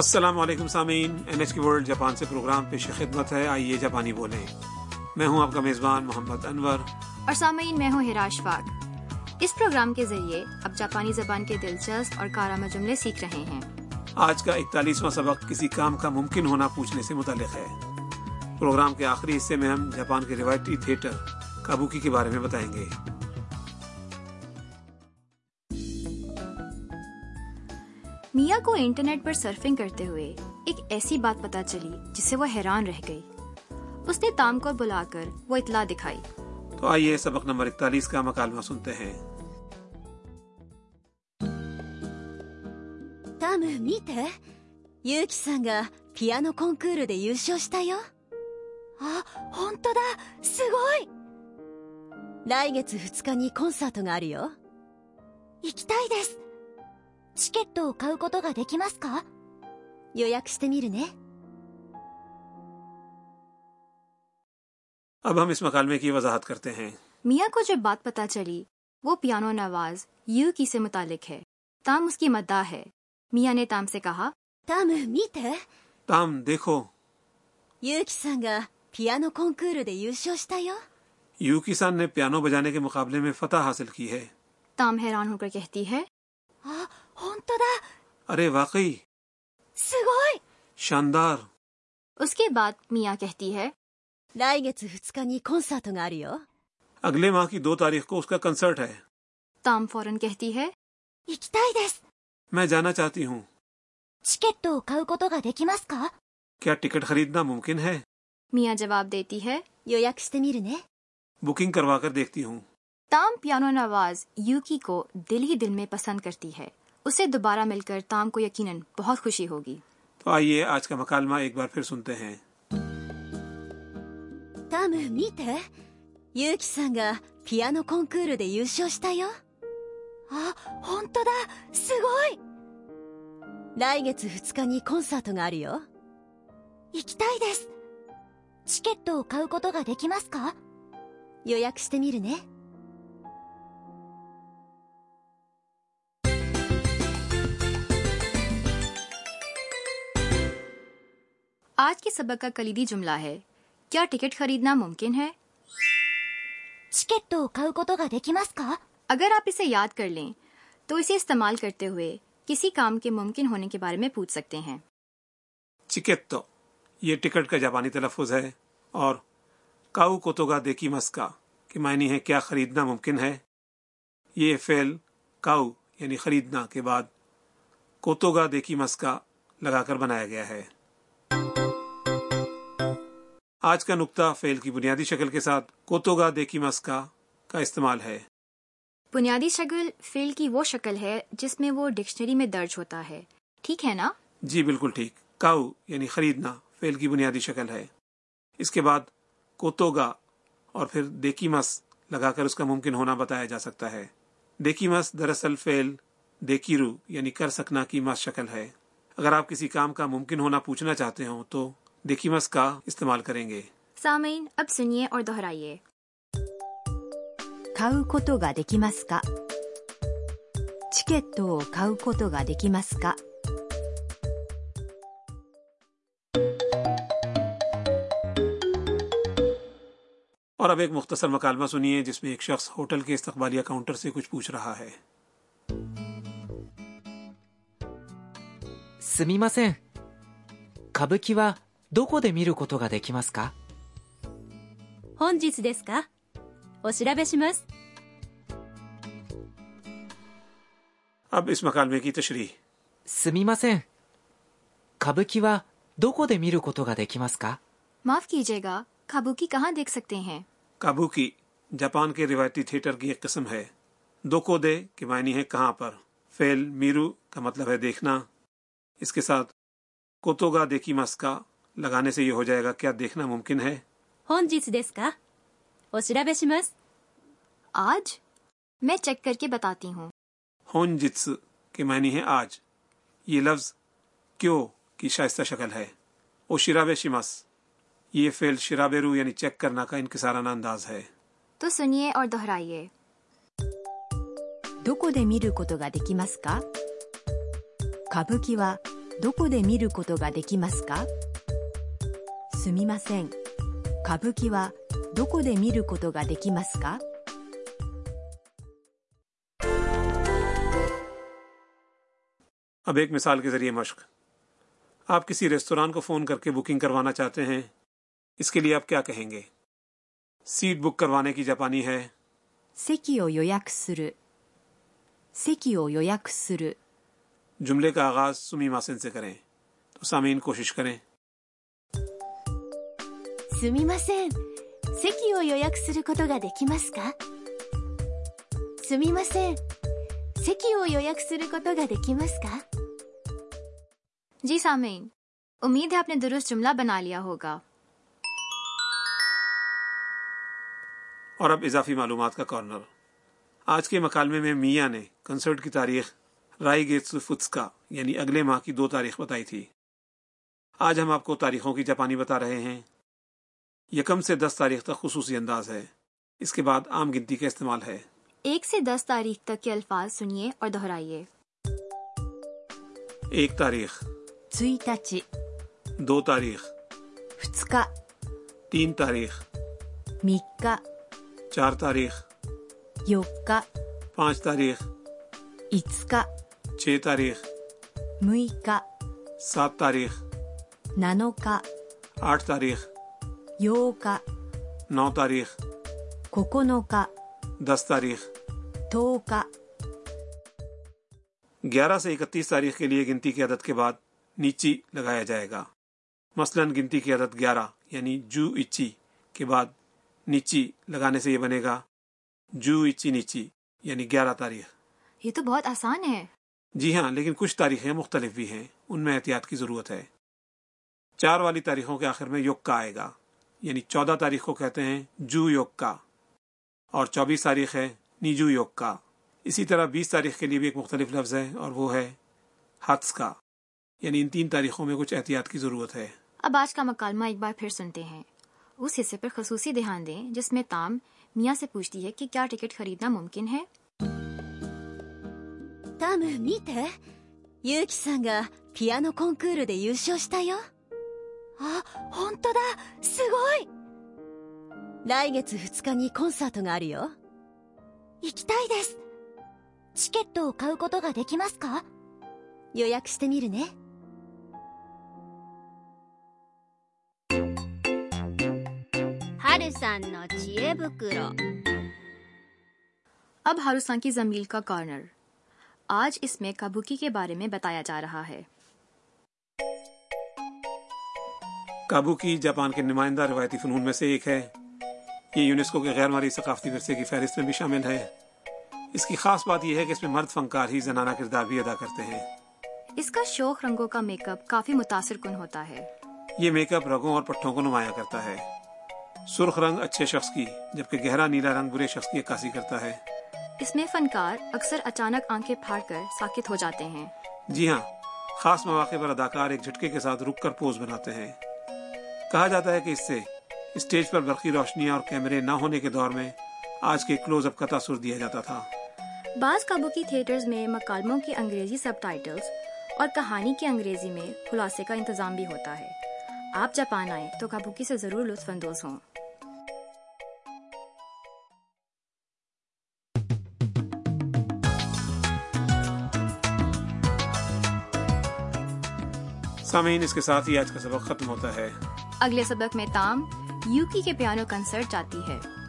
السلام علیکم سامعین N H K world Japan سے پروگرام پیش خدمت ہے آئیے جاپانی بولیں میں ہوں آپ کا میزبان محمد انور اور سامعین میں ہوں ہراش فاق اس پروگرام کے ذریعے آپ جاپانی زبان کے دلچسپ اور کارآمد جملے سیکھ رہے ہیں آج کا اکتالیسواں سبق کسی کام کا ممکن ہونا پوچھنے سے متعلق ہے پروگرام کے آخری حصے میں ہم جاپان کے روایتی تھیٹر کابوکی کے بارے میں بتائیں گے میا کو انٹرنیٹ پر سرفنگ کرتے ہوئے ایک ایسی بات پتا چلی جس سے وہ حیران رہ گئی اس نے تام کو بلا کر وہ اطلاع دکھائی تو آئیے سبق نمبر اکتالیس کا مکالمہ سنتے ہیں タム見てユウキさんがピアノコンクールで優勝したよあ本当だすごい来月2日にコンサートがあるよ行きたいですチケットを買うことができますか予約してみるね اب ہم اس مکالمے کی وضاحت کرتے ہیں میا کو جو بات پتا چلی وہ پیانو نواز یو کی سے متعلق ہے تام اس کی مداح ہے میا نے تام سے کہا タム見て تام دیکھو ユウキさんがピアノコンクールで優勝したよ یوکی سان نے پیانو بجانے کے مقابلے میں فتح حاصل کی ہے تام حیران ہو کر کہتی ہے あ本当だ ارے واقعی す شاندار اس کے بعد میا کہتی ہے ごい来月2日にコンサートがあるよ اگلے ماہ کی دو تاریخ کو اس کا کنسرٹ ہے تام فوراً کہتی ہے 行きたいです میں جانا چاہتی ہوں チケットを買うことができますか کیا ٹکٹ خریدنا ممکن ہے میا جواب دیتی ہے 予約してみるね بکنگ کروا کر دیکھتی ہوں تام پیانو نواز یوکی کو دل ہی دل میں پسند کرتی ہے اسے دوبارہ مل کر تام کو یقیناً بہت خوشی ہوگی تو آئیے آج کا مکالمہ ایک بار پھر سنتے ہیں タム見てユウキさんがピアノコンクールで優勝したよあ本当だすごい来月2日にコンサートがあるよ行きたいですチケットを買うことができますか予約してみるね آج کے سبق کا کلیدی جملہ ہے کیا ٹکٹ خریدنا ممکن ہے チケットを買うことができますか اگر آپ اسے یاد کر لیں تو اسے استعمال کرتے ہوئے کسی کام کے ممکن ہونے کے بارے میں پوچھ سکتے ہیں چکت تو یہ ٹکٹ کا جاپانی تلفظ ہے اور کاؤ کوتوگا دیکی مسکا کے معنی ہے کیا خریدنا ممکن ہے یہ فعل کاؤ یعنی خریدنا کے بعد کوتوگا دیکی مسکا لگا کر بنایا گیا ہے آج کا نقطہ فعل کی بنیادی شکل کے ساتھ کوتوگا دیکی مسکا کا استعمال ہے بنیادی شکل فیل کی وہ شکل ہے جس میں وہ ڈکشنری میں درج ہوتا ہے ٹھیک ہے نا جی بالکل ٹھیک کاؤ یعنی خریدنا فعل کی بنیادی شکل ہے اس کے بعد کوتوگا اور پھر دیکی مس لگا کر اس کا ممکن ہونا بتایا جا سکتا ہے دیکی مس دراصل فعل دیکیرو یعنی کر سکنا کی مس شکل ہے اگر آپ کسی کام کا ممکن ہونا پوچھنا چاہتے ہوں تو دیکی مس کا استعمال کریں گے سامعین اب سنیے اور دہرائیے 買うことができますかチケットを買うことができますか اور اب ایک مختصر مکالمہ سنیے جس میں ایک شخص ہوٹل کے استقبالیہ کاؤنٹر سے کچھ پوچھ رہا ہے すみません歌舞伎はどこで見ることができますか本日ですかお調べします اب اس مکالمے کی تشریح すみません歌舞伎はどこで見ることができますか معاف کیجیے گا کابوکی کہاں دیکھ سکتے ہیں کابو کی جاپان کے روایتی تھیٹر کی ایک قسم ہے دوکو دے کے معنی ہے کہاں پر فیل میرو کا مطلب ہے دیکھنا اس کے ساتھ کوتوگا دیکی مسکا لگانے سے یہ ہو جائے گا کیا دیکھنا ممکن ہے 本日ですかお調べします آج میں چیک کر کے بتاتی ہوں ہون جتس کے معنی ہے آج یہ لفظ کیو کی شائستہ شکل ہے او شراب شمس یہ فعل شرابیرو یعنی چیک کرنا کا انکسارانہ انداز ہے تو سنیے اور دہرائیے どこで見ることができますか歌舞伎はどこで見ることができますかすみません歌舞伎はどこで見ることができますか اب ایک مثال کے ذریعے مشق آپ کسی ریستوران کو فون کر کے بکنگ کروانا چاہتے ہیں اس کے لیے آپ کیا کہیں گے سیٹ بک کروانے کی جاپانی ہے 席を予約する席を予約する جملے کا آغاز سمی ماسن سے کریں تو سامعین کوشش کریں すみません席を予約することができますかすみません席を予約することができますか جی سامعین امید ہے آپ نے درست جملہ بنا لیا ہوگا اور اب اضافی معلومات کا کارنر آج کے مکالمے میں میاں نے کنسرٹ کی تاریخ رائی گیٹس فتسکا یعنی اگلے ماہ کی دو تاریخ بتائی تھی آج ہم آپ کو تاریخوں کی جاپانی بتا رہے ہیں یکم سے دس تاریخ تک خصوصی انداز ہے اس کے بعد عام گنتی کا استعمال ہے ایک سے دس تاریخ تک کے الفاظ سنیے اور دہرائیے ایک تاریخ 1日 دو تاریخ 2日 تین تاریخ 3日 چار تاریخ 4日 پانچ تاریخ 5日 چھ تاریخ 6日 سات تاریخ 7日 آٹھ تاریخ 8日 نو تاریخ 9日 دس تاریخ 10日 گیارہ سے اکتیس تاریخ کے لیے گنتی کی عدد کے بعد نیچی لگایا جائے گا مثلا گنتی کی عدد گیارہ یعنی جو اچی کے بعد نیچی لگانے سے یہ بنے گا جو اچی نیچی یعنی گیارہ تاریخ یہ تو بہت آسان ہے جی ہاں لیکن کچھ تاریخیں مختلف بھی ہیں ان میں احتیاط کی ضرورت ہے چار والی تاریخوں کے آخر میں یوکا آئے گا یعنی چودہ تاریخ کو کہتے ہیں جو یوکا اور چوبیس تاریخ ہے نیجو یوکا اسی طرح بیس تاریخ کے لیے بھی ایک مختلف لفظ ہے اور وہ ہے ہاتس کا یعنی ان تین تاریخوں میں کچھ احتیاط کی ضرورت ہے اب آج کا مکالمہ ایک بار پھر سنتے ہیں اس حصے پر خصوصی دھیان دیں جس میں تام میاں سے پوچھتی ہے کہ کیا ٹکٹ خریدنا ممکن ہے タム見てユウキさんがピアノコンクールで優勝したよあ本当だすごい来月2日にコンサートがあるよ行きたいですチケットを買うことができますか予約してみるね春さんの知恵袋 اب ہاروسان کی زمیل کا کارنر آج اس میں کابوکی کے بارے میں بتایا جا رہا ہے کابو کی جاپان کے نمائندہ روایتی فنون میں سے ایک ہے یہ یونیسکو کے غیر ماری ثقافتی ورثے کی فہرست میں بھی شامل ہے اس کی خاص بات یہ ہے کہ اس میں مرد فنکار ہی زنانہ کردار بھی ادا کرتے ہیں اس کا شوق رنگوں کا میک اپ کافی متاثر کن ہوتا ہے یہ میک اپ رگوں اور پٹھوں کو نمایاں کرتا ہے سرخ رنگ اچھے شخص کی جبکہ گہرا نیلا رنگ برے شخص کی عکاسی کرتا ہے اس میں فنکار اکثر اچانک آنکھیں پھاڑ کر ساکت ہو جاتے ہیں جی ہاں خاص مواقع پر اداکار ایک جھٹکے کے ساتھ رک کر پوز بناتے ہیں کہا جاتا ہے کہ اس سے اسٹیج پر برقی روشنیاں اور کیمرے نہ ہونے کے دور میں آج کے کلوز اپ کا تاثر دیا جاتا تھا بعض کابوکی تھیٹرز میں مکالموں کی انگریزی سب ٹائٹلز اور کہانی کی انگریزی میں خلاصے کا انتظام بھی ہوتا ہے آپ جاپان آئیں تو کابوکی سے ضرور لطف اندوز ہوں سامعین اس کے ساتھ ہی آج کا سبق ختم ہوتا ہے اگلے سبق میں تام یوکی کے پیانو کنسرٹ جاتی ہے